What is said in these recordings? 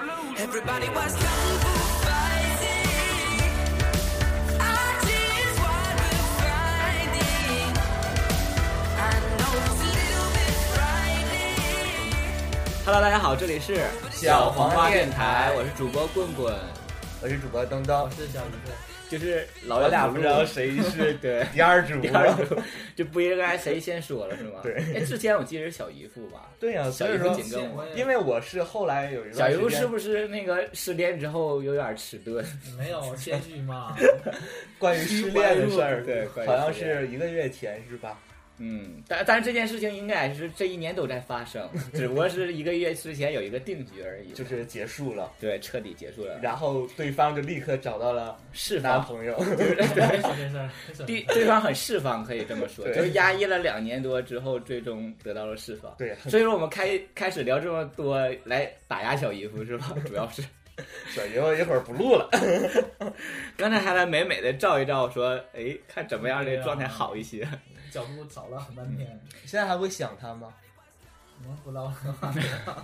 Everybody was kung fu fighting. Our tears what we're finding. I know it's a little bit frightening. Hello，大家好，这里是小黄花花电电台台，我是主播棍棍，我是主播东东，是小鱼哦就是老我俩不不录知道谁 是对第二 主第播。二组，就不应该谁先说了是吗？对哎，之前我记得是小姨夫吧，对呀、小所姨以夫说，紧跟我。因为我是后来有一小段姨时夫间，是不是那个失恋之后有点迟钝？没有谦虚 嘛，关于失恋的事儿，对关于好像失恋是一个月前是吧？嗯，但但是这件事情应该是这一年都在发 生，只不过是一个月之前有一个定局而已，就是结束了，对彻底结束了。然后对方就立刻找到了释男放朋友， 没事没事没事。 对对方很释放，可以这么说，对就是压抑了两年多之后，最终得到了释放。对， 所以说我们开开始聊这么多来打压小姨夫是 吧？主要是小姨夫一会儿不录了。刚才还来美美的照一照，说哎看怎么样这状态好一些。角度找了很半天，现在还会想他吗？能不唠？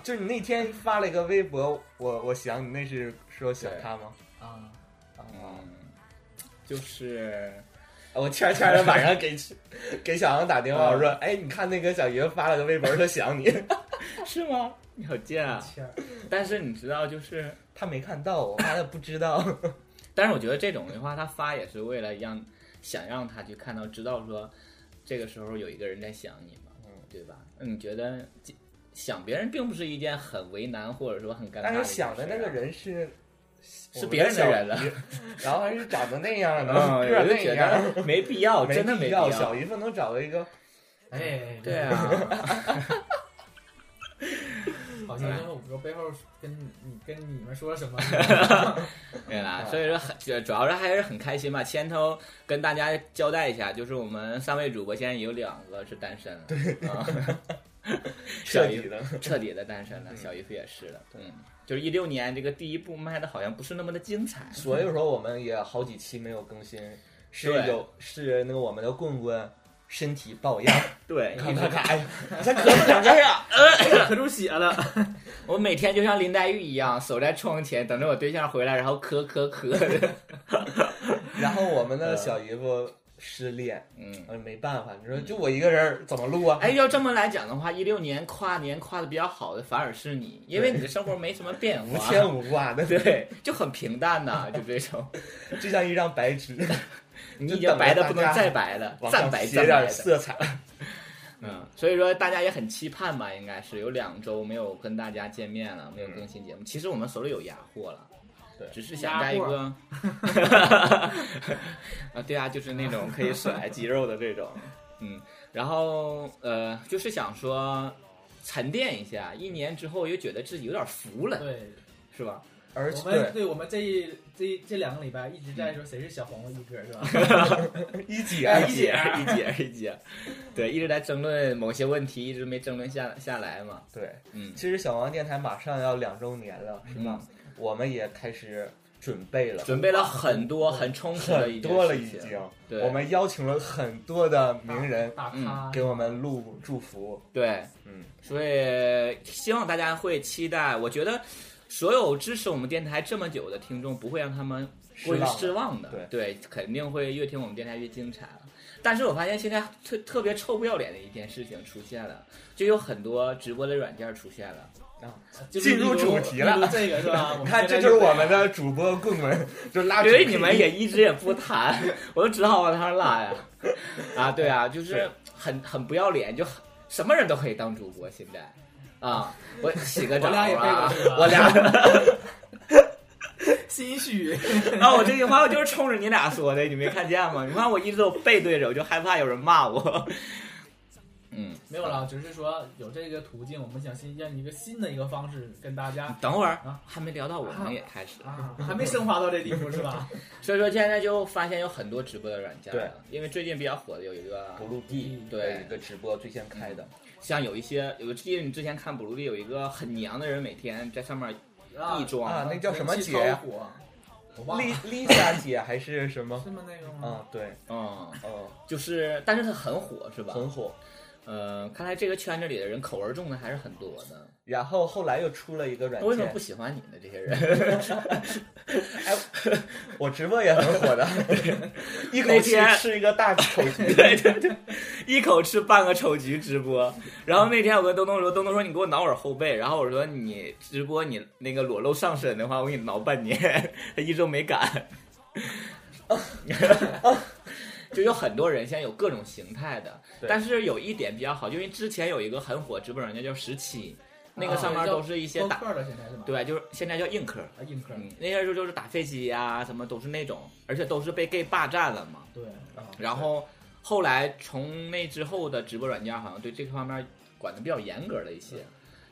就你那天发了一个微博，我我想你那是说想他吗？啊， 啊，嗯，就是我天天的晚上给 给小杨打电嗯话，我说，哎，你看那个小姨夫发了个微博，说想你，是吗？你好贱啊！切儿，但是你知道就是，他没看到，我怕他不 知道。但是我觉得这种的话，他发也是为了让想让他去看到，知道说这个时候有一个人在想你嘛，嗯对吧？那你觉得想别人并不是一件很为难或者说很尴尬但的一件事啊，是想的那个人是是别人的人了，然后还是长得那样的，嗯， 个儿我就那觉样，得没必要，真 的没必必要。小姨夫能找到一个，哎，对，啊， 好像就是我背后跟你跟你们说 什么，对啦，嗯所以说很主主要是还是很开心吧。先头跟大家交代一下，就是我们三位主播现在有两个是单身了， 嗯小彻姨底的， 彻底的单身了，小姨夫也是了，嗯，就是一六年这个第一部卖的好像不是那么的精彩，所以说我们也好几期没有更新，是对有是那个我们的棍棍身体 抱恙，对，你看一看直 看，哎 呀，你才咳嗽两下呀，咳出血了，我每天就像林黛玉一样守在窗前，等着我对象回来，然后咳咳 咳， 然后我们的小姨夫失恋，嗯。呃，没办法，你说就我一个人儿怎么录啊？哎，，要这么来讲的话，一六年跨年跨的比较好的反而是你，因为你的生活没什么变 无化，牵无挂的，对，就很平淡呐、就这 种，就像一张白纸， 你就已经白的等不着能大家再白了，往再上白写再白点的。色彩。嗯，所以说大家也很期盼吧，应该是有两周没有跟大家见面了，没有更新节目。其实我们手里有压货了，对只是想在一个， 啊，对啊，就是那种可以甩肌肉的这 种，嗯，然后呃，就是想说沉淀一下，一年之后又觉得自己有点浮了，对，是吧？ 而且我们对我们这一这一这两个礼拜一直在说谁是小黄瓜一哥是吧？嗯哎一姐一姐，一 姐，一姐，对，一直在争论某些问题，一直没争论下下来嘛，对，嗯，其实小王电台马上要两周年了，是吧？我们也开始准备了，准备了很多很充实的一很件多了已事情经。对我们邀请了很多的名人大嗯咖，啊给我们录祝福，对，嗯，所以希望大家会期待。我觉得所有支持我们电台这么久的听众，不会让他们过于失失望的，对肯定会越听我们电台越精彩了。但是我发现现在特特别臭不要脸的一件事情出现了，就有很多直播的软件出现了，就是进入例如主题了例如这个是 吧？我你们看，现这在就是这我样们的主播棍棍，就拉主因为题。你们也一直也不谈，我就只好往上拉呀。啊，对啊，就是对很很不要脸，就很什么人都可以当主播现在啊。我洗个澡我俩也背啊过这个，我俩心虚，啊，我这句话我就是冲着你俩说的，你没看见吗？你看我一直都背对着，我就害怕有人骂我。嗯， 没有了，只是说有这个途径，我们想新让一个新的一个方式跟大家等会儿啊还没聊到我们也开始，啊，还没升华到这地步是 吧？所以说现在就发现有很多直播的软件了，因为最近比较火的有一个，不录地嗯对嗯的一个直播最先开的，像有一些，有记得你之前看补录地有一个很娘的人，每天在上面啊异装，啊那叫什么人气姐呀超火我忘丽了，丽莎姐还是 什么？嗯是吗？那个啊，吗？对，嗯，嗯，就是，但是他很火是吧？很火。呃，看来这个圈子里的人口味重的还是很多的。然后后来又出了一个软那为什么件不，喜欢你呢？这些人 我直播也很 火的，一口那气天吃一个大口 橘。一口吃半个丑橘直播。然后那天我跟东东说，东东说你给我挠会儿后背，然后我说你直播你那个裸露上身的话，我给你挠半年， 他一直都没敢。 就有很多人现在有各种形态的，对但是有一点比较好，因为之前有一个很火直播软件叫十七，那个上面都是一些包打客了，现在是吧？对，就是现在叫硬壳，啊，硬客，嗯，那些时候就是打飞机呀、什么都是那种，而且都是被 gay 霸占了嘛。对啊，然后后来从那之后的直播软件好像对这方面管的比较严格了一些，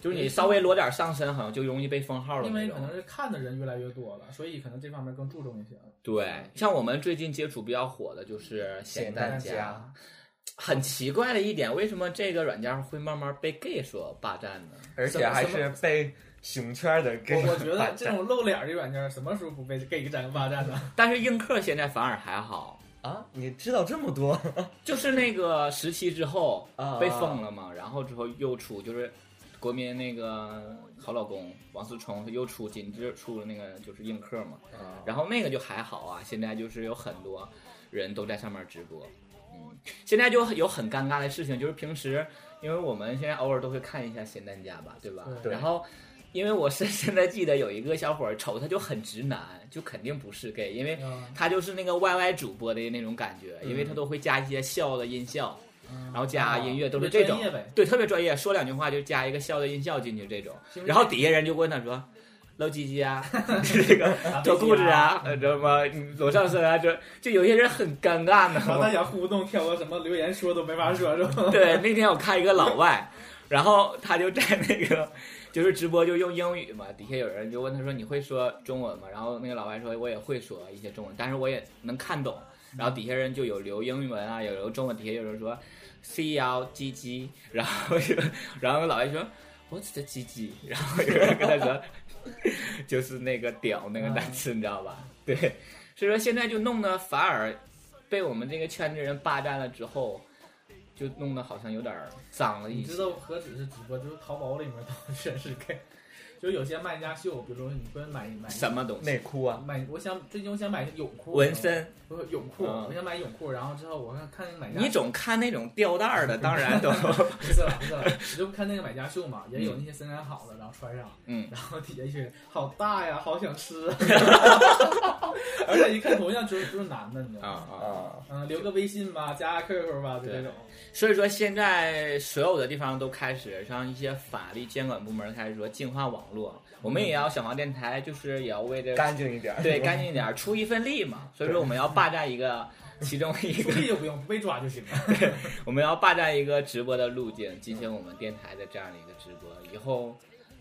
就是你稍微裸点上身，好像就容易被封号了因那为可种能。是看的人越来越多了，所以可能这方面更注重一些。啊对，像我们最近接触比较火的就是咸蛋家。很奇怪的一点，为什么这个软件会慢慢被 gay 所霸占呢？而且还是被熊圈的给我我觉霸得占这种露脸儿的软件儿什么时候不被 gay 占霸占 呢？但是映客现在反而还好，啊，你知道这么多就是那个时期之后啊被封了嘛，然后之后又出就是国民那个好老公王思聪，他又出紧接着出了那个就是映客嘛，啊？然后那个就还好啊，现在就是有很多人都在上面直播，嗯，现在就有很尴尬的事情，就是平时因为我们现在偶尔都会看一下咸蛋家吧，对吧？对然后。因为我是现在记得有一个小伙儿瞅他就很直男，就肯定不是 gay，因为 啊他就是那个 YY 主播的那种感觉，因为他都会加一些笑的音效，嗯然后加音乐都是特别这种专业呗，对，特别专业，说两句话就加一个笑的音效进去这种是不，是然后底下人就问他说。露鸡鸡 啊，这个脱裤子啊，呃什么裸上身啊，这就有些人很尴尬呢。然后大家互动，挑个什么留言说都没法说，是吧？对，那天我看一个老外，然后他就在那个就是直播就用英语嘛，底下有人就问他说你会说中文吗？然后那个老外说我也会说一些中文，但是我也能看懂。然后底下人就有留英文啊，有留中文，底下有人说 C L G G，然后就然后老外说 What's the G G？然 后有人跟他说 就是那个屌那个单词，你知道吧？对，所以说现在就弄得反而被我们这个圈子人霸占了之后，就弄得好像有点儿脏了 你一知些。道何止是直播，就是淘宝里面都全是 gay，就有些卖家秀，比如说你会买买什么东西？内裤啊，买，我想最近我想买泳裤，纹，身，不是泳裤，嗯我想买泳裤，然后之后我看看买家，你总看那种吊带儿的，当然都，不是了不是了，你就看那个买家秀嘛，也有那些身材好的，然后穿上， 嗯，然后底下一群人好大呀，好想 吃 啊，而且一看同样就是就是男的，你知啊道吗？啊。啊，嗯，留个微信吧，加个 QQ 吧，就这种。所以说，现在所有的地方都开始让一些法律监管部门开始说净化网络，我们也要小黄电台，就是也要为这干净一点。对嗯 干净一点儿，出一份力嘛。所以说，我们要霸占一个其中一出个。力就不用，不被抓就行了。 我们要霸占一个直播的路径，进行我们电台的这样的一个直播。以后，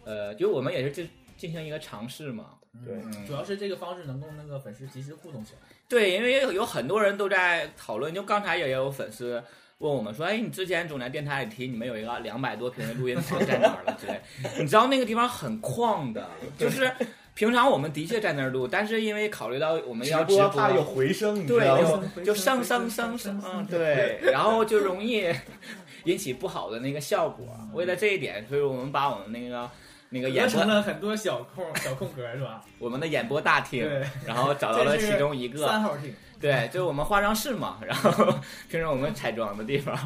呃，就我们也是进进行一个尝试嘛。对嗯主要是这个方式能够那个粉丝及时互动起来。对，因为有有很多人都在讨论，就刚才也有粉丝问我们说，哎，你之前总在电台里提你们有一个两百多平的录音棚在哪儿了之类，你知道那个地方很旷的，就是平常我们的确在那儿录，但是因为考虑到我们要直播播，怕有回声，你知对，道有吗？就就上上上上，嗯，对，然后就容易引起不好的那个效果。为了这一点，所以我们把我们那个那个也演成播，了很多小空 小空格是吧？我们的演播大厅对，然后找到了其中一个，三号厅，对，就是我们化妆室嘛，然后平时我们彩妆的地方。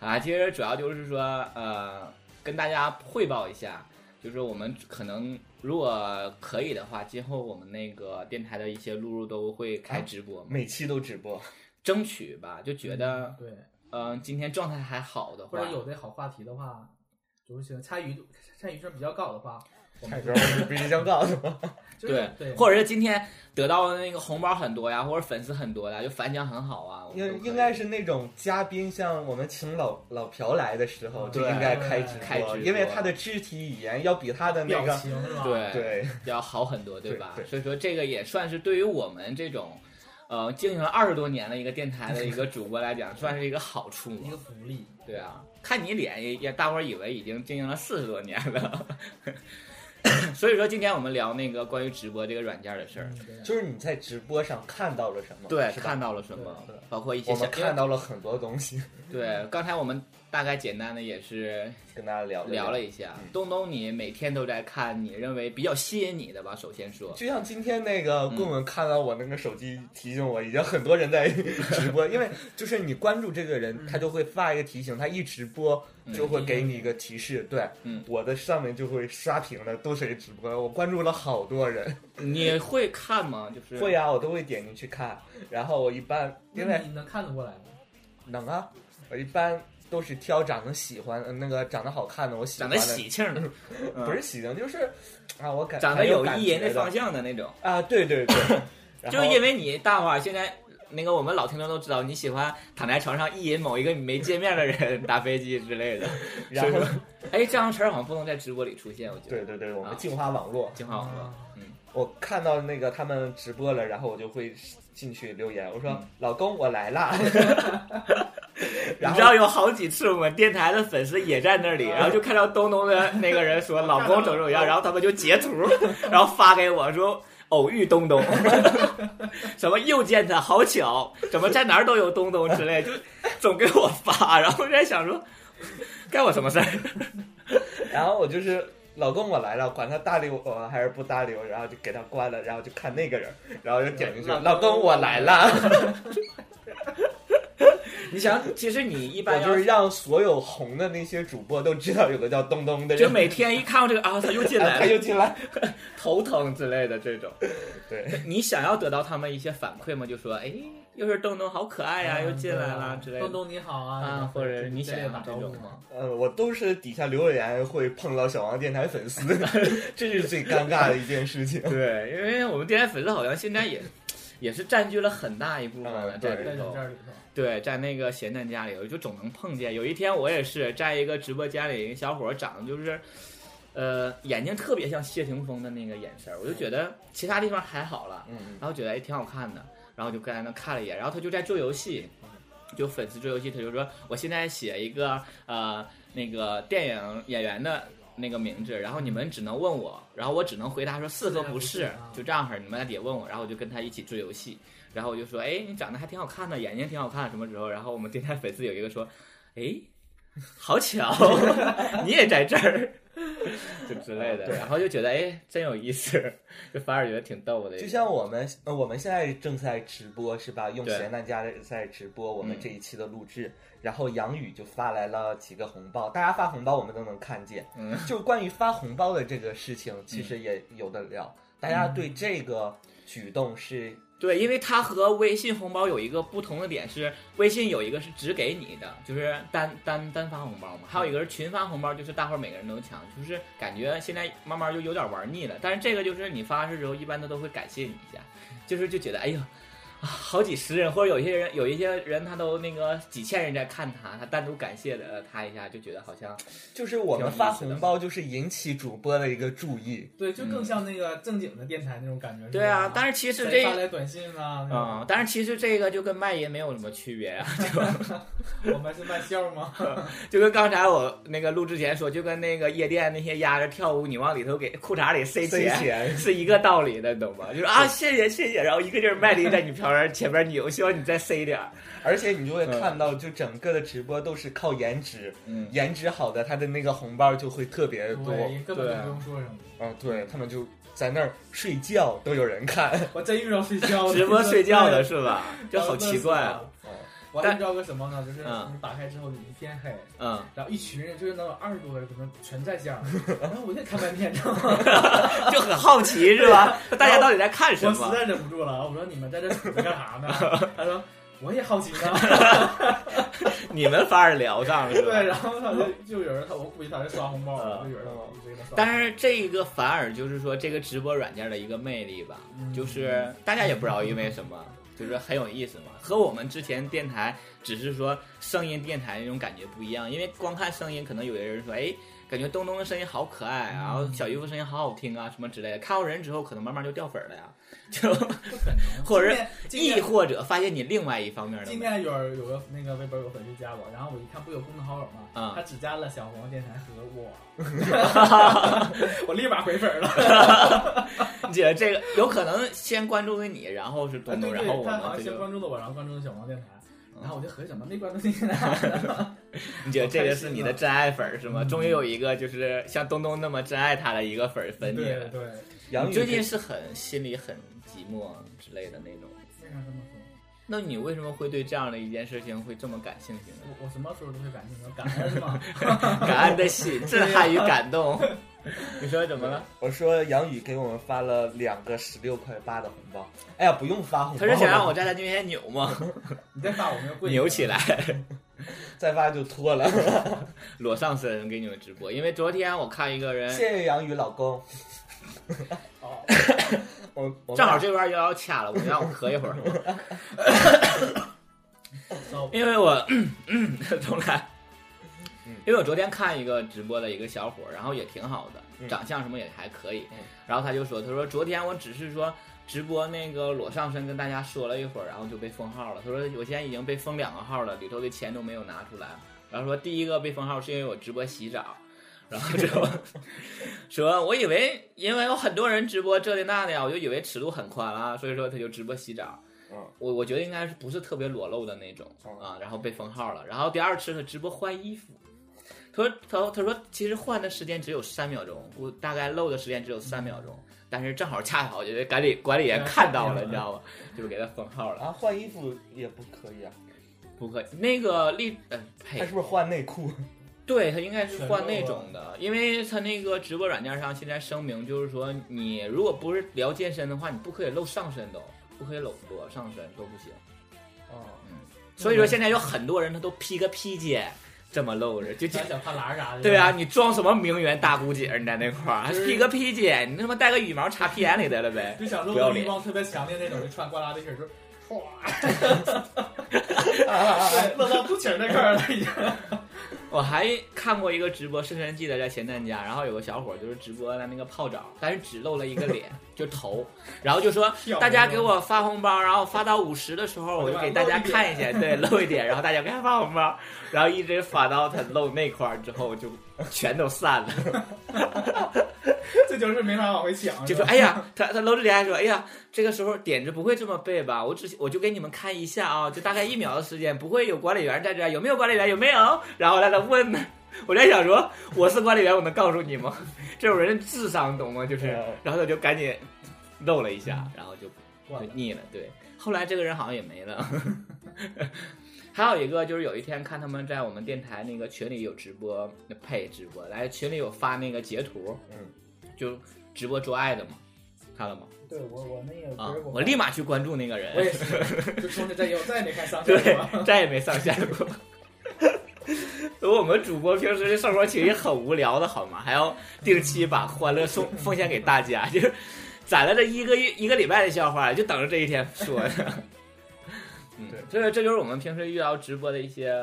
啊，其实主要就是说，呃，跟大家汇报一下，就是我们可能如果可以的话，今后我们那个电台的一些录入都会开直播嘛。每期都直播，争取吧，就觉得，对，嗯、今天状态还好的或话，者有的好话题的话，就是行参与度参与性比较高的话，我彩们妆必须要告诉 我。就是对，对，或者是今天得到的那个红包很多呀，或者粉丝很多呀，就反响很好啊，我们都应可以应该是那种嘉宾，像我们请老老朴来的时候，就对应该开直开直播播，因为他的肢体语言要比他的那表个情是吧？，对对要好很多，对吧？对所以说这个也算是对于我们这种，呃，经营了二十多年的一个电台的一个主播来讲，算是一个好处一嘛个。福利。对啊，看你脸也也，大伙儿以为已经经营了四十多年了。 所以说今天我们聊那个关于直播这个软件的事儿，就是你在直播上看到了什么？对，嗯是吧看到了什么对对，包括一些我小们看到了很多东西，对，刚才我们大概简单的也是跟大家聊聊了了一。一下嗯。东东，你每天都在看，你认为比较吸引你的吧？首先说，就像今天那个嗯棍棍看到我那个手机提醒我，已经很多人在 直播，因为就是你关注这个嗯人，他就会发一个提醒，他一直播就会给你一个提示。对，嗯我的上面就会刷屏了，都谁直播？我关注了好多人。你会看吗？就是会啊，我都会点进去看，然后我一般因那为嗯你能看得过来吗？能啊，我一般都是挑长得喜欢呃那个长得好看的，我喜长欢得的，喜庆 的，嗯不是喜庆，就是啊，我感长得有感意觉淫的的方向的那种。啊，对对 对，然就是后因为你大伙儿现在那个我们老听众都知道，你喜欢躺在床上意淫某一个你没见面的人 打飞机之类的。然后所以说，哎，这样词儿好像不能在直播里出现，我觉得。对对对，我啊们进化网络，挺好的，我看到那个他们直播了，然后我就会进去留言，我说、嗯老公我来 啦，你然知道后有好几次我们电台的粉丝也在那里，然后就看到东东的那个人说老公怎么怎么 样，然后他们就截图，然后发给我说偶遇东 东，什么又见他好巧，怎么在哪儿都有东东之类，就总给我发，然后我在想说该我什么事儿？然后我就是。老公，我来了，管他搭理我还是不搭理我，然后就给他关了，然后就看那个人，然后就点进去，嗯老老公我来了。 你想，其实你一我般就要是让所有红的那些主播都知道有个叫东东的人，就每天一看到这个啊，他又进啊来他了，又 进来，头疼之类的这种，对，你想要得到他们一些反馈吗？就说哎，又是东东好可爱呀、嗯又进来了之类东的东你好啊，啊，或者你想这要类打这招呼种吗？？呃，我都是底下留言会碰到小王电台 粉丝，这是最尴尬的一件事情。对，因为我们电台粉丝好像现在 也也是占据了很大一部分了，在嗯对啊在里你头这。里头，对，在那个闲蛋家里，我就总能碰见。有一天我也是在一个直播间里，一个小伙儿长得就是，呃，眼睛特别像谢霆锋的那个眼神儿，我就觉得其他地方还好了，嗯，然后觉得哎挺好看的，然后就跟在那看了一眼，然后他就在做游戏，就粉丝做游戏，他就说我现在写一个呃那个电影演员的那个名字，然后你们只能问我，然后我只能回答说是和不是是啊，就这样式儿，你们在底下问我，然后我就跟他一起做游戏，然后我就说哎你长得还挺好看的，眼睛挺好看，什么时候？然后我们电台粉丝有一个说哎。好巧，你也在这儿， 就之类的，对然后就觉得哎，真有意思， 就反而觉得挺逗的。就像我们，呃，我们现在正在直播是吧？用对咸蛋家在直播我们嗯这一期的录制，然后杨宇就发来了几个红包，大家发红包我们都能看见。嗯，就关于发红包的这个事情，其实也有的聊，大家对这个举动是对，因为它和微信红包有一个不同的点是，微信有一个是只给你的，就是单单单发红包嘛，还有一个是群发红包，就是大伙儿每个人都抢，就是感觉现在慢慢就有点玩腻了。但是这个就是你发的时候，一般他都会感谢你一下，就是就觉得哎呦。啊，好几十人，或者有一些人，有一些人他都那个几千人在看他，他单独感谢了他一下，就觉得好像就是我们发红包就是引起主播的一个注意，对，就更像那个正经的电台那种感觉。对啊。但是是其实谁这发来短信啊，啊、那但是其实这个就跟卖淫没有什么区别啊，种我们是卖笑吗？就跟刚才我那个录之前说，就跟那个夜店那些丫着跳舞，你往里头给裤衩里塞塞钱。钱。是一个道理的，你懂吗？就是啊，谢谢谢谢，然后一个劲儿卖力在你旁边前边扭，希望你再塞点儿。而且你就会看到，就整个的直播都是靠颜值，嗯颜值好的他的那个红包就会特别多。对，根本就不用说什么。嗯，对他们就在那儿睡觉都有人看。 我真遇到睡觉的直播睡觉的哦对哦是吧？就好奇怪啊。嗯我还但遇到个什么呢？就是嗯你打开之后你一片黑，嗯，然后一群人就是能有二十多个人，可能全在线儿。然后我就看半天，知道吗？嗯就很好奇是 吧？大家到底在看什我实么？在忍不住了，我说你们在这杵着干啥呢？他说我也好奇呢。 你们反而聊上了是吧？对，然后他就就有人他，我估计他是刷红包了，嗯就有人他一直给他刷。但是这一个反而就是说这个直播软件的一个魅力吧，嗯就是大家也不知道因为什么，就是很有意思嘛，和我们之前电台只是说声音电台那种感觉不一样，因为光看声音，可能有的人说，哎，感觉东东的声音好可爱，然后小姨夫声音好好听啊，什么之类的。嗯看过人之后，可能慢慢就掉粉儿了呀，就或者是今亦天或者发现你另外一方面的今美。天有人有个那个微博有个粉丝加我，然后我一看不有共同好友吗？嗯他只加了小黄电台和 我，我立马回粉了。你觉得这个有可能先关注的你，然后是啊，东对东，然后对，我他好们像这先就关注了我，然后关注了小黄电台，嗯然后我就合计怎么没关注电台？ 你觉得这个是你的真爱粉儿是吗？终于有一个就是像东东那么真爱他的一个粉儿粉你对了。对，杨你宇最近是很心里很寂寞之类的那种。为啥这么说？那你为什么会对这样的一件事情会这么感兴趣呢？我我什么时候都会感情，感恩 嘛。感恩的喜，震撼与感动。 你说怎么了？我说杨宇给我们发了两个十六块八的红包，哎呀，不用发红包他了，是想让我在他面前扭 吗？你再发我们就跪扭起来，再发就脱了。 裸上身给你们直播。因为昨天我看一个人， 谢谢杨宇老公，哦，我我们正好这边儿又要掐了，我让我咳一会儿，哦走因为我 重来嗯。因为我昨天看一个直播的一个小伙儿，然后也挺好的，嗯长相什么也还可以嗯。然后他就说：“他说昨天我只是说直播那个裸上身跟大家说了一会儿，然后就被封号了。他说我现在已经被封两个号了，里头的钱都没有拿出来。然后说第一个被封号是因为我直播洗澡，然后就说我以为因为有很多人直播这的那的呀，我就以为尺度很宽啊，所以说他就直播洗澡。嗯我我觉得应该是不是特别裸露的那种哦啊，然后被封号了。然后第二次他直播换衣服，他说他说他说其实换的时间只有三秒钟，我大概露的时间只有三秒钟，但是正好恰好就是管理管理员看到了，你知道吗？就给他封号了。啊换衣服也不可以啊，不可以，那个丽呃呸他是，不是换内裤？对他应该是换那种的，因为他那个直播软件上现在声明就是说，你如果不是聊健身的话，你不可以露上身都不可以裸裸上身都不行。哦，所以说现在有很多人他都披个披肩这么露着，就就穿小跨栏啥的。对啊，，你装什么名媛大姑姐儿？你在那块儿还披个披肩，你他妈带个羽毛插屁眼里得了呗？就想露不要个欲脸望特别强烈那种，就穿挂拉背心儿就。 唰，啊啊啊对，露到肚脐儿那块儿了已经。我还看过一个直播，深深记得在前段家，然后有个小伙儿就是直播的那个泡澡，但是只露了一个脸，就头，然后就说跳大家给我发红包，然后发到五十的时候，我就给大家看一下，对，露一点，然后大家给他发红包，然后一直发到他露那块儿之后，就全都散了。这就是没法往回想。就说哎呀，他他搂着脸还说哎呀，这个时候点子不会这么背吧？我只我就给你们看一下啊，就大概一秒的时间，不会有管理员在这儿，有没有管理员？有没有？然后来他问呢，我在想说我是管理员，我能告诉你吗？ 这种人智商懂吗？就是嗯，然后他就赶紧露了一下，然后就哇就腻了。对，后来这个人好像也没了。 还有一个就是有一天看他们在我们电台那个群里有直播，配直播来群里有发那个截图，嗯，就直播做爱的嘛，看了吗？对我我那个啊不是，我立马去关注那个我也人，是，就从此再也我再也没看上学对过。，再也没上线过。我们主播平时的生活其实很无聊的，好吗？还要定期把欢乐送奉献给大家，就是攒了这一个月一个礼拜的笑话，就等着这一天说。嗯，对这个这就是我们平时遇到直播的一些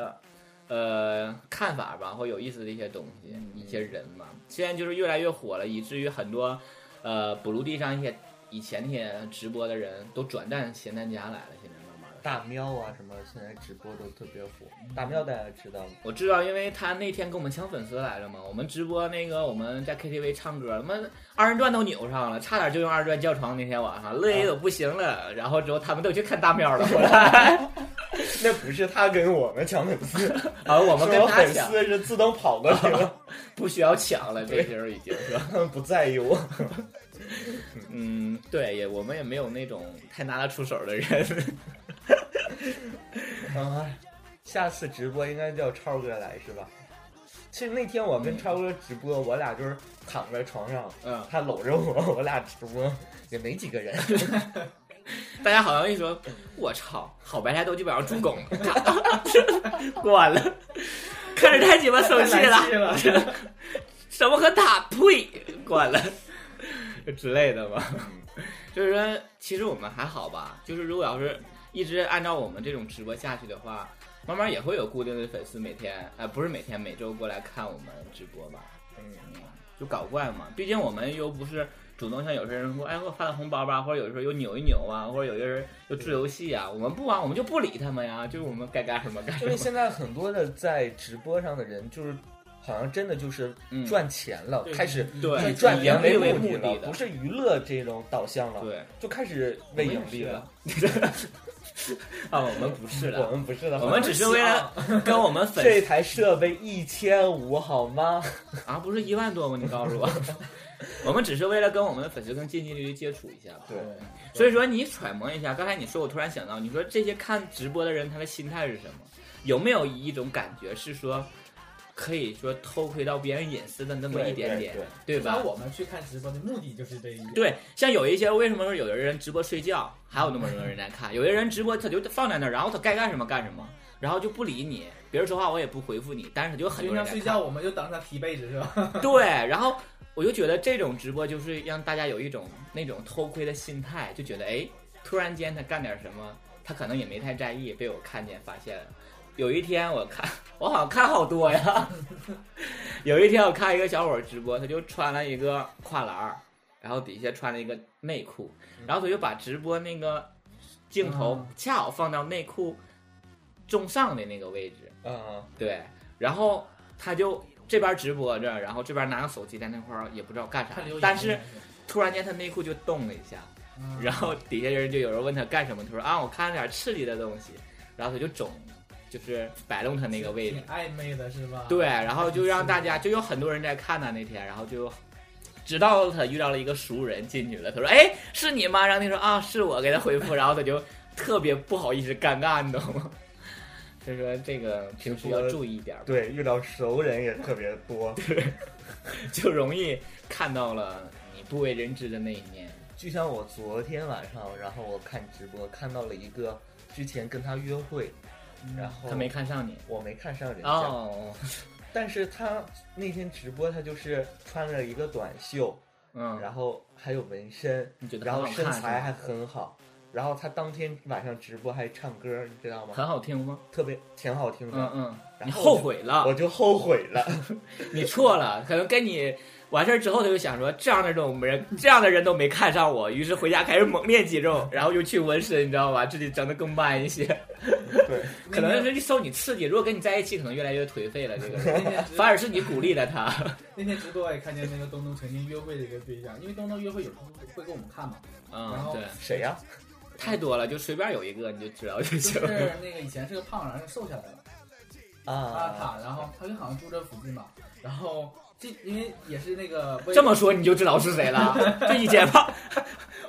呃看法吧，或有意思的一些东西，一些人嘛。现在就是越来越火了，以至于很多呃补录地上一些以前那些直播的人都转战咸蛋家来了，现在慢慢的。 大喵啊什么，现在直播都特别火。大喵大家知道吗？我知道，因为他那天跟我们抢粉丝来了嘛，我们直播那个我们在 KTV 唱歌，他妈二人转都扭上了，差点就用二人转叫床。那天晚上乐爷都不行了，然后之后他们都去看大喵了，后来， 那不是他跟我们抢粉丝，啊，我我们跟他粉抢，丝是自动跑过去了， 不需要抢了，这时候已经是吧？他们不在意我。 嗯，对，也我们也没有那种太拿得出手的人， 啊，下次直播应该叫超哥来是吧？其实那天我跟超哥直播，我俩就是躺在床上，嗯，他搂着我，我俩直播也没几个人。 大家好像一说，我操，好白菜都基本上猪拱了， 关了，看着太鸡巴 生气了。了，什么和他呸，管了 之类的吧。就是说，其实我们还好吧。就是如果要是一直按照我们这种直播下去的呃话，慢慢也会有固定的粉丝每天，哎、不是每天每周过来看我们直播吧。就搞怪嘛。毕竟我们又不是主动向有些人说，哎，给我发个红包吧，或者有时候又扭一扭啊，或者有些人又做游戏啊，我们不玩，我们就不理他们呀，就是我们该干什么干什因为么。现在很多的在直播上的人，就是好像真的就是嗯赚钱了，对开始对以赚钱以盈利为目目的了，的不是娱乐这种导向了，对，就开始为盈利了。 啊，我们不是我的，们不是的，我们只是为了跟我们粉丝这台设备一千五好吗？啊，不是一万多吗？你告诉 我，我们只是为了跟我们的粉丝跟近距离接触一下吧。对，所以说你揣摩一下，刚才你说，我突然想到，你说这些看直播的人他的心态是什么？有没有一种感觉是说，可以说偷窥到别人隐私的那么一点点，对对对那吧？我们去看直播的目的就是这一点。对，像有一些为什么说有的人直播睡觉，还有那么多人在看，有些人直播他就放在那儿，然后他该干什么干什么，然后就不理你，别人说话我也不回复你，但是他就很就多人像在睡看。觉，我们就当上踢被子 是吧？对，然后我就觉得这种直播就是让大家有一种那种偷窥的心态，就觉得哎，突然间他干点什么，他可能也没太在意，被我看见发现了。有一天我看，我好像看好多呀。 有一天我看一个小伙儿直播，他就穿了一个跨栏儿，然后底下穿了一个内裤，然后他就把直播那个镜头恰好放到内裤中上的那个位置，嗯，对，然后他就这边直播着，然后这边拿个手机在那块儿也不知道干啥看留，言但是突然间他内裤就动了一下，嗯然后底下人就有人问他干什么，他说啊我看了点刺激的东西，然后他就肿，就是摆弄他那个位置挺，暧昧的是吧？对，，然后就让大家就有很多人在看他那天，然后就。直到他遇到了一个熟人进去了，他说：“哎，是你吗？”然后他说：“啊，是我。”给他回复，然后他就特别不好意思、尴尬，你懂吗？ 所以说这个平时要注意一点吧。对，遇到熟人也特别多。 就容易看到了你不为人知的那一面。就像我昨天晚上，然后我看直播看到了一个之前跟他约会，然后嗯他没看上你我没看上人家，哦，但是他那天直播他就是穿了一个短袖，嗯，然后还有纹身你觉，得然后很好看身材是吗还很好。然后他当天晚上直播还唱歌，你知道吗？很好听吗？特别挺好听的。嗯嗯，然你后后悔了我，就后悔了，你错了，可能跟你。完事儿之后，他就想说，这样的种人，这样的人都没看上我，于是回家开始猛练肌肉，然后又去纹身，你知道吧？自己整的更慢一些， 对，可能是受你刺激。如果跟你在一起，可能越来越颓废了。这个人，那天直 反而是你鼓励了 他。那天直播我也看见那个东东曾经约会的一个对象，因为东东约会有时候会跟我们看嘛，然嗯，后对，谁呀、太多了，就随便有一个你就知道就就是行了。那个以前是个胖人，然后瘦下来了，啊？啊他，然后他就好像住这附近嘛，然后这因为也是那个这么说你就知道是谁了， 就以前吧，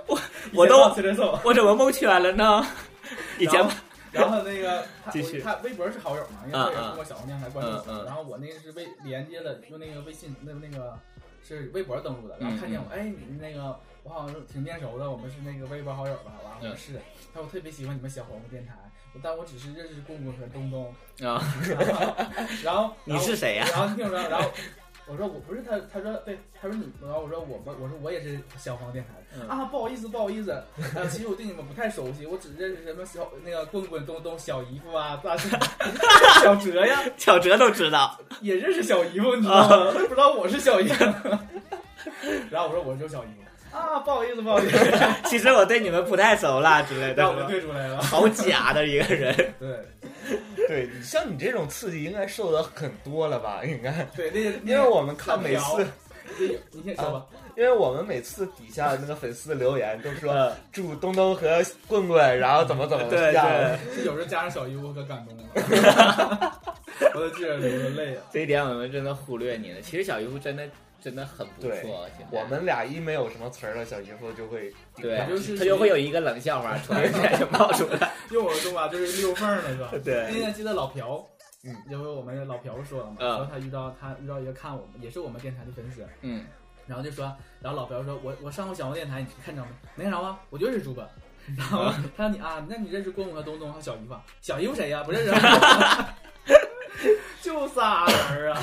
我我以前胖都吃着瘦，我怎么蒙圈了呢？ 以前吧，然后 那个他继续他微博是好友嘛，因为嗯他也是嗯通过小红娘来关注我的，嗯嗯然后我那个是微连接了用那个微信那那个是微博登录的，然后看嗯见我、哎你那个我好像是挺面熟的，我们是那个微博好友吧，完了嗯我说是，他说我特别喜欢你们小红电台，我但我只是认识公公和东东，啊，然后 你是谁呀、 然后听我说，然后我说我不是他，他说对，他说你，然后我说我们，我说我也是小黄电台的、嗯啊，不好意思，不好意思，呃，其实我对你们不太熟悉，我只认识什么小那个棍棍、东东、小姨夫啊，大 小哲呀，小哲都知道，也认识小姨夫，你知道吗？ 他不知道我是小姨夫， 然后我说我就是小姨夫啊，不好意思，不好意 思，其实我对你们不太熟啦之类然后我就的，退出来了， 好假的一个人。对 对，你像你这种刺激应该受的很多了吧？应该，对，那个因为我们啊看嗯每次，，那个你先说吧，因为我们每次底下那个粉丝留言都说祝东东和棍棍，然后怎么怎么嗯对样对，，是有时候加上小姨夫可感动 了，我都记着流着泪 了。啊这一点我们真的忽略你了。其实小姨夫真的真的很不错，现在我们俩一没有什么词儿了，小姨夫就会对我就是，他就会有一个冷笑话突然间就冒出来。用我的说法就是溜缝儿了，是吧？那 对，天记得老朴，嗯，因为我们老朴说了嘛，嗯说他遇到他遇到一个看我们也是我们电台的粉丝，嗯，然后就说，然后老朴说我我上过小红电台，你看着吗？没看着吗？我就认识主播。然后嗯他说你啊，那你认识郭武和东东和小姨夫？小姨夫谁呀、不认识 啊。就仨人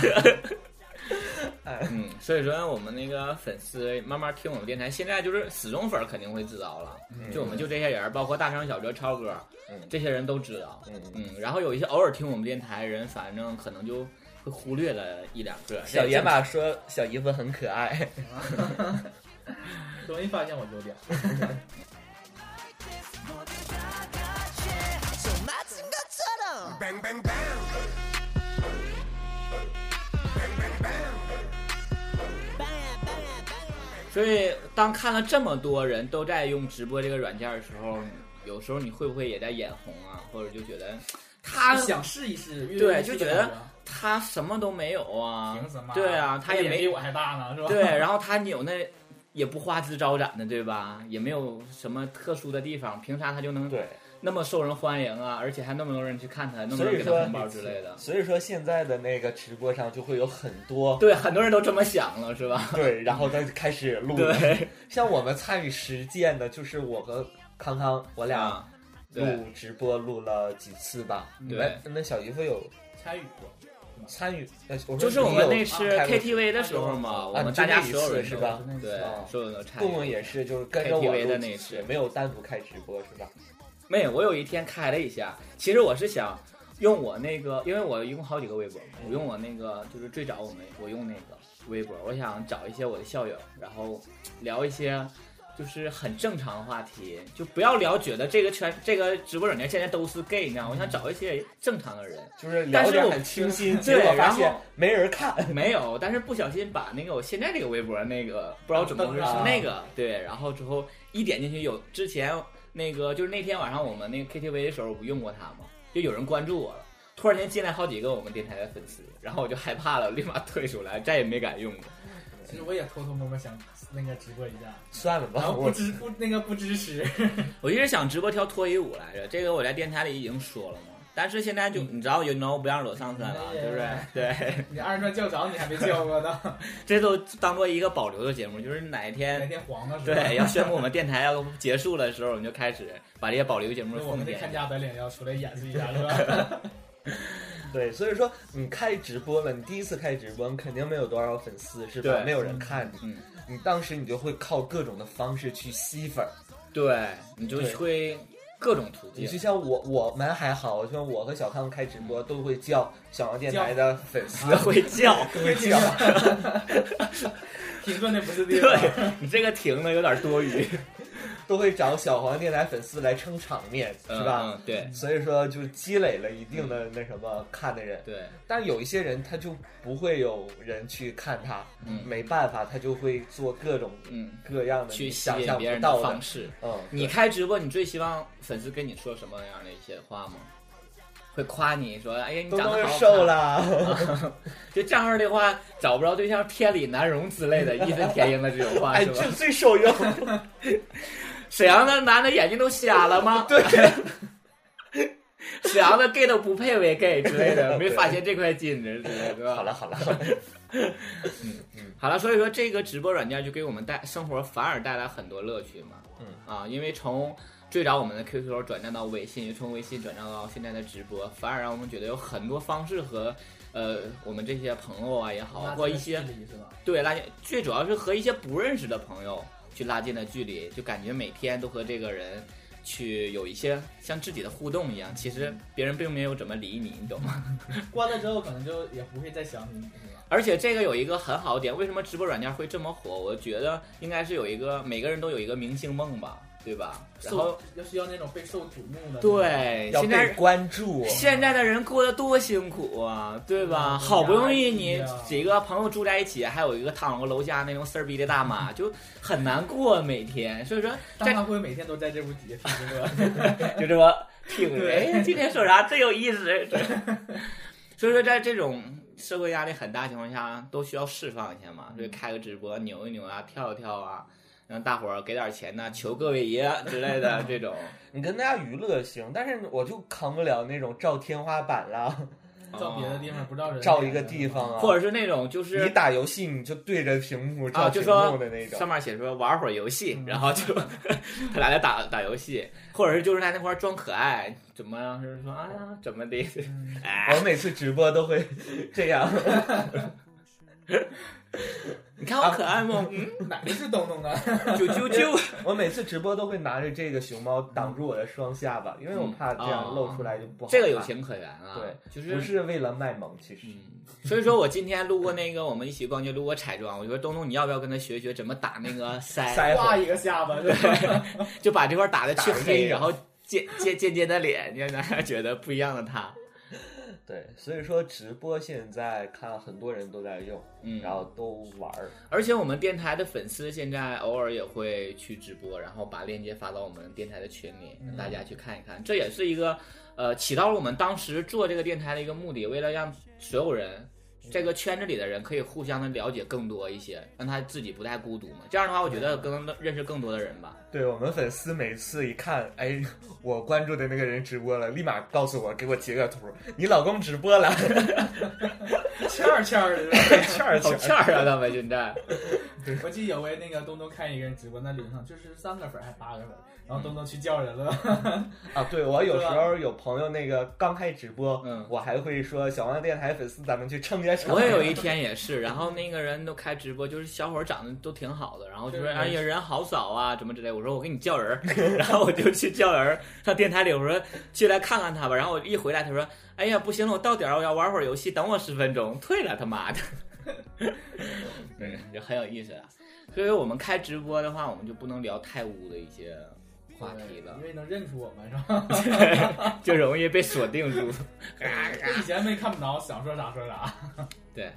啊，嗯，所以说我们那个粉丝慢慢听我们电台，现在就是死忠粉儿肯定会知道了。嗯就我们就这些人，包括大张、小哲、超哥嗯，这些人都知道。嗯嗯，然后有一些偶尔听我们电台的人，反正可能就会忽略了一两个。小野马说小姨夫很可 爱，容易发现我优点。 맞은 것처럼 빵야 빵야 빵야 所以当看了这么多人都在用直播这个软件的时候，有时候你会不会也在眼红啊？或者就觉得他想试一试，越对越就试觉越得好啊他什么都没有啊凭什么？？对啊，他也脸比没我还大呢，是 吧？对，然后他有那也不花枝招展的，对吧？也没有什么特殊的地方，凭啥他就能对，那么受人欢迎啊？而且还那么多人去看他，那么多所人以给他说红包之类的。所以说现在的那个直播上就会有很多对，很多人都这么想了，是 吧？对，然后再开始录。对，像我们参与实践的，就是我和康康，我俩啊，对录直播录了几次吧。你们那小姨夫有参与过，参与？呃，我说就是我你们有那次开过 KTV 的时候嘛，我啊们就大家那一所有人次是都吧对哦，所有人都参共共与。也是，就是跟着我 KTV 录的那一几次次没有单独开直播是吧？没有，我有一天开了一下，其实我是想用我那个，因为我一共好几个微博嘛，我用我那个就是最早我们我用那个微博，我想找一些我的校友，然后聊一些。就是很正常的话题，就不要聊觉得这个圈这个直播软件现在都是 gay，你知道吗？我想找一些正常的人，就是但聊是得我很清新， 对结果发然后现没人看。 没有，但是不小心把那个我现在这个微博那个不知道怎么回事啊那个对，然后之后一点进去有之前那个就是那天晚上我们那个 KTV 的时候我不用过它吗？就有人关注我了，突然间进来好几个我们电台的粉丝，然后我就害怕了，立马退出来，再也没敢用过。其实我也偷偷摸摸想那个直播一下，算了然吧，后不我支不那个不支持，我一直想直播跳脱衣舞来着，这个我在电台里已经说了嘛，但是现在就你知道 you know 不让惹上身了，哎呀对不对？对， 你二人转教场你还没教过呢，这都当做一个保留的节目，就是哪天哪天黄了是 吧？对，要宣布我们电台要结束的时候，我们就开始把这些保留节目那我奉们得看献。家本领要出来演示一下是吧？对，所以说你开直播了，你第一次开直播，你肯定没有多少粉丝是吧对？没有人看你，嗯，你当时你就会靠各种的方式去吸粉儿。对，你就对会各种途你径就。像我，我们还好，就像我和小康开直播都会叫小王电台的粉丝， 会叫，都会叫。 评论的不是地方。对你这个停的有点多余，都会找小黄电台粉丝来撑场面，是嗯吧？嗯对所以说就积累了一定的那什么看的人，对，但有一些人他就不会有人去看他，嗯没办法，他就会做各种嗯，各样的去你吸想引象别不人的到方式。嗯，你开直播，你最希望粉丝跟你说什么样的一些话吗？会夸你说，哎呀，你东长东得又好好瘦看。啊了，就账号的话，找不着对象，天理难容之类的，义愤填膺的这种话 哎，是吧？这最 受用。沈阳的男的眼睛都瞎了 吗？对。沈阳的 gay 都不配为 gay 之类 的，没发现这块禁制之类的，对吧？好了，好了，好了好了，所以说这个直播软件就给我们带生活反而带来很多乐趣嘛。嗯啊，因为从最早我们的 QQ 转战到微信，又从微信转战到现在的直播，反而让我们觉得有很多方式和呃我们这些朋友啊也好，或一些是吧？对，拉近最主要是和一些不认识的朋友去拉近的距离，就感觉每天都和这个人去有一些像自己的互动一样。其嗯实别人并没有怎么理你，你懂吗？ 挂了之后可能就也不会再想你，是吧？而且这个有一个很好的点，为什么直播软件会这么火？我觉得应该是有一个每个人都有一个明星梦吧，对吧？然后受要是要那种备受瞩目的，，对，要现在被关注。现在的人过得多辛苦啊，对吧？啊嗯好不容易压你力啊几个朋友住在一起，还有一个躺楼楼下那种事儿逼的大嗯妈，就很难过每天。所以说，大在家会每天都在这屋底下听着，就这么 听着，对哎，今天说啥真有意 思。所以说，在这种社会压力很大的情况下，都需要释放一下嘛，嗯所以开个直播扭一扭啊，跳一跳啊，让大伙儿给点钱呐、求各位爷之类的这 种。你跟大家娱乐行，但是我就扛不了那种照天花板啦， 照别的地方不照人，照一个地方哦啊，或者是那种就你是打游戏你就对着屏幕啊，照就屏说幕的那种，嗯上面写说玩会儿游戏，然后就 他俩在打打游戏，或者是就是在那块儿装可爱，怎么样？就是说啊怎么 嗯的？哎，我每次直播都会这样，你看我可爱吗？嗯， 哪个是东东啊？九九九， 我每次直播都会拿着这个熊猫挡住我的双下巴，因为我怕这样露出来就不嗯好看。啊这个有情可原啊。对，就是不是为了卖萌，其实嗯，所以说我今天路过那个我们一起逛街路过彩妆，我说东东你要不要跟他学一学怎么打那 个腮，腮画红一个下巴，对吧？ 就把这块打的去打黑黑，然后尖尖尖尖的脸，你让大家 觉得不一样的他。对，所以说直播现在看很多人都在用，嗯，然后都玩儿。而且我们电台的粉丝现在偶尔也会去直播，然后把链接发到我们电台的群里，让大家去看一看。这也是一个，呃，起到了我们当时做这个电台的一个目的，为了让所有人。这个圈子里的人可以互相的了解更多一些，让他自己不太孤独嘛。这样的话，我觉得更认识更多的人吧。对我们粉丝每次一看，哎，我关注的那个人直播了，立马告诉我，给我截个图，你老公直播了，欠儿欠儿的。欠儿好欠 欠儿。儿啊， 他们现在。 我记得有回那个东东看一个人直播，那脸上就是三个粉儿还八个粉儿，然后东东去叫人了，啊，对我有时候有朋友那个刚开直播，嗯我还会说小王电台粉丝，咱们去撑一下场。我也哎有一天也是，然后那个人都开直播，就是小伙儿长得都挺好的，然后就说对哎呀人好少啊，怎么之类。我说我给你叫人儿， 然后我就去叫人儿上电台里，我说进来看看他吧。然后我一回来，他说哎呀不行了，我到点儿，我要玩会儿游戏，等我十分钟，退了他妈 的。对，就很有意思啊。所以我们开直播的话，我们就不能聊太污的一些话题了因，为能认出我们是 吧？ 就容易被锁定住。 以前没看不着，想说啥说啥。对，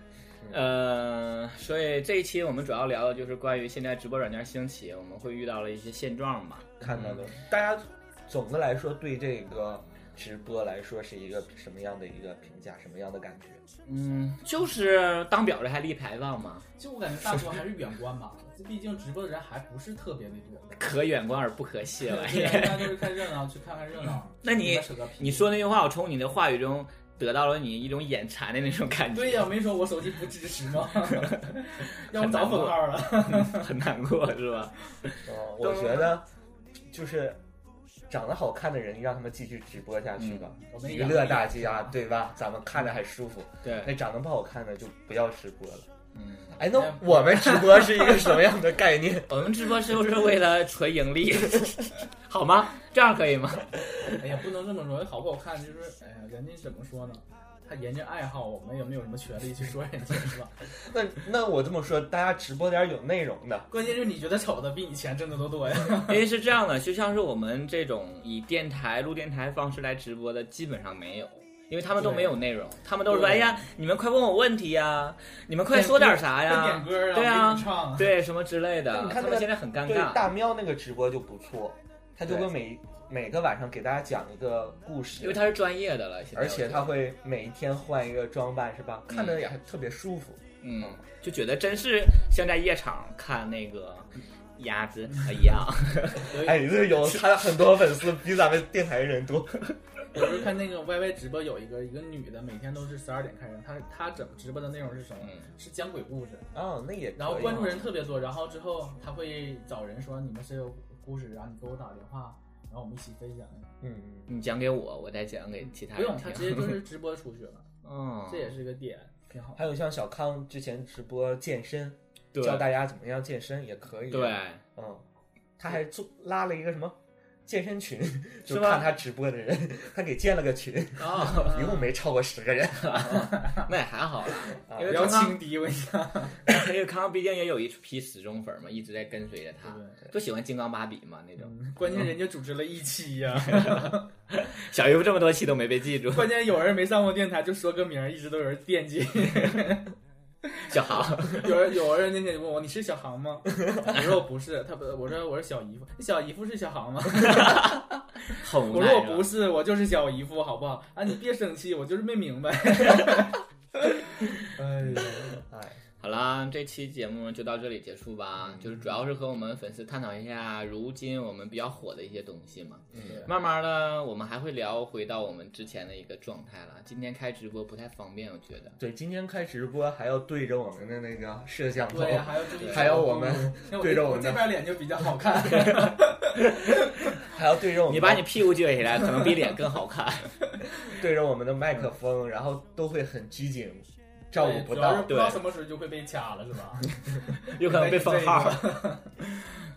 呃，所以这一期我们主要聊的就是关于现在直播软件兴起，我们会遇到了一些现状嘛。看到的，嗯大家总的来说对这个直播来说是一个什么样的一个评价，什么样的感觉？嗯，就是当婊子还立牌坊嘛，就我感觉大多还是远观 吧，这毕竟直播的人还不是特别的多。可远观而不可亵玩对意啊，大家都是看热闹，去看看热 闹。 那你扯个屁你说那句话，我从你的话语中得到了你一种眼馋的那种感觉，对呀、我没说我手机不支持 吗？要不早封号了。很难过是吧？嗯，哦我觉得就是长得好看的人，让他们继续直播下去嗯吧，我们娱乐大家，对吧？咱们看着还舒服。对，那长得不好看的就不要直播了。嗯， 哎，那我们直播是一个什么样的概念？我们直播是不是为了纯盈利， 好吗？这样可以吗？哎呀，不能这么说，好不好看就是，哎呀，人家怎么说呢？他人家爱好，我们也没有什么权利去说人家，是吧？ 那那我这么说，大家直播点有内容的，关键是你觉得丑的比你钱挣的都多呀。因为是这样的，就像是我们这种以电台录电台方式来直播的，基本上没有，因为他们都没有内容，他们都是说，对哎呀，你们快问我问题呀，你们快说点啥快 点呀，歌啊，对呀、啊你唱。对什么之类的但，你看他那们个现在很尴对尬。大喵那个直播就不错，他就会每每个晚上给大家讲一个故因为事，他是专业的了，现在而且他我觉得会每一天换一个装扮，是吧？看着也还特别舒服。嗯，就觉得真是像在夜场看那个鸭子一样。对哎，这有他很多粉丝比咱们电台人多。我就是看那个 YY 直播有一个一个女的，每天都是十二点开始，她她整直播的内容是什么？嗯是讲鬼故事， 哦，那也可以然后关注人特别多，然后之后她会找人说你们谁有故事，然后你给我打电话，然后我们一起分享。嗯，你讲给我，我再讲给其他不人用，她直接听。就是直播出去了，嗯，这也是个点，挺好。还有像小康之前直播健身，对教大家怎么样健身也可以。对，嗯，他还做拉了一个什么健身群，就是吧看他直播的人， 他给建了个群，哦，啊 一共没超过十 个人。那也还好啦。啊因不为要刚刚轻敌，我跟你讲。因为康康毕竟也有一批死忠粉儿嘛，一直在跟随着他，都喜欢金刚芭比嘛那种。嗯关键人家组织了一期 呀、小姨夫这么多期都没被记住，关键有人没上过电台就说个名儿，一直都有人惦记。小豪， 有人有人那天就问我你是小航吗？我说我不是，他不，我说我是小姨夫，你小姨夫是小航吗？很无我奈说我是吧不是，我就是小姨夫，好不好？啊，你别生气，我就是没明白。 哎呀，哎，好啦，这期节目就到这里结束吧。就是主要是和我们粉丝探讨一下如今我们比较火的一些东西嘛。嗯慢慢的，我们还会聊回到我们之前的一个状态了。今天开直播不太方便，我觉得。对，今天开直播还要对着我们的那个摄像头对，还要注意，还有我们 那对着我我们这的边脸就比较好看。还要对着我们的，你把你屁股撅起来，可能比脸更好看。对着我们的麦克风，然后都会很拘谨。 照顾不主要是到不。知道什么时候就会被掐了，是吧？有可能被封号。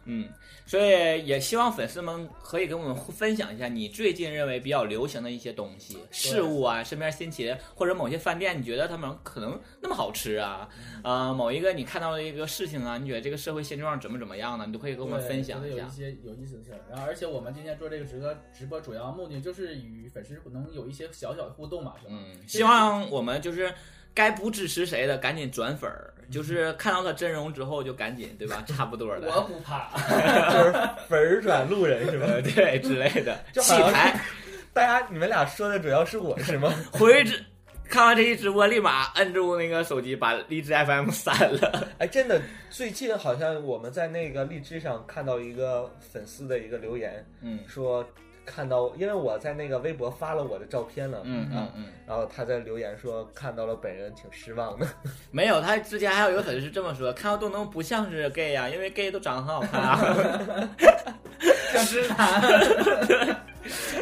嗯，所以也希望粉丝们可以跟我们分享一下你最近认为比较流行的一些东西、事物啊，身边新奇的，或者某些饭店你觉得他们可能那么好吃啊，呃，某一个你看到的一个事情啊，你觉得这个社会现状怎么怎么样呢？你都可以跟我们对分享觉一得有下一。些有意思的事儿。然后，而且我们今天做这个直播，直播主要目的就是与粉丝能有一些小小的互动嘛，是吧？嗯，希望我们就是该不支持谁的赶紧转粉儿，就是看到他真容之后就赶紧对吧？差不多了。我不怕，就是粉儿转路人是吧？呃，对之类 的，就洗好像是牌。大家你们俩说的主要是我是吗？回之看完这期直播，立马摁住那个手机，把荔枝 FM 删了。哎，真的，最近好像我们在那个荔枝上看到一个粉丝的一个留言，嗯说看到，因为我在那个微博发了我的照片了，嗯嗯啊，嗯，然后他在留言说看到了本人挺失望的，没有，他之前还有一个粉丝这么说，看到东东不像是 gay 啊，因为 gay 都长得很好看啊， 像直男。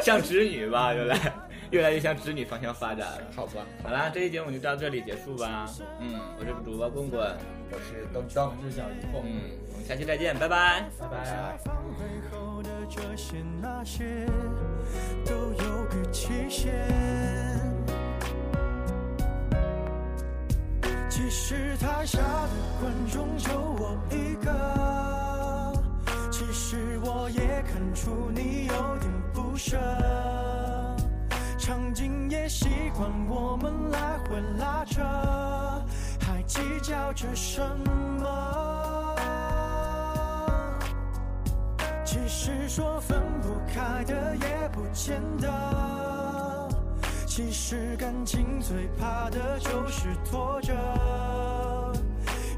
像直女吧，原来越来越向直女方向发展了。好吧，好啦，这期节目就到这里结束吧。嗯，我是主播棍棍，我是东东我。是小鱼凤，嗯，我们下期再见，拜拜。拜啊拜。放背后的这些那些，都有个期限。其实台下的观众就我一个，其实我也看出你有点不舍。场景也习惯我们来回拉扯，还计较着什么？其实说分不开的也不见得，其实感情最怕的就是拖着，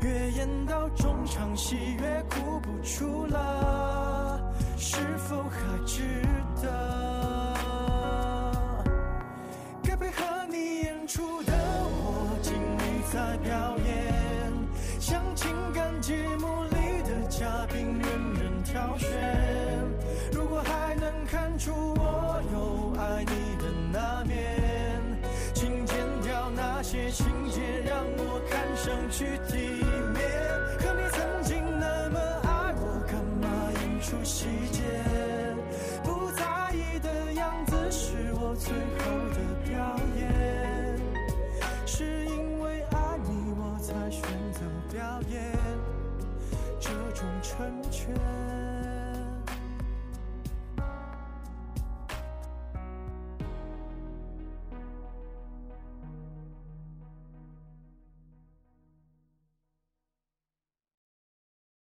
越演到中场戏越哭不出了，是否还值得？该配合你演出的我，尽力在表演，像情感节目里的嘉宾，任人挑选。如果还能看出我有爱你的那面，请剪掉那些情节，让我看上去体面。可你曾经那么爱我，干嘛演出细节？不在意的样子是我最后的表演，是因为爱你我才选择表演这种成全。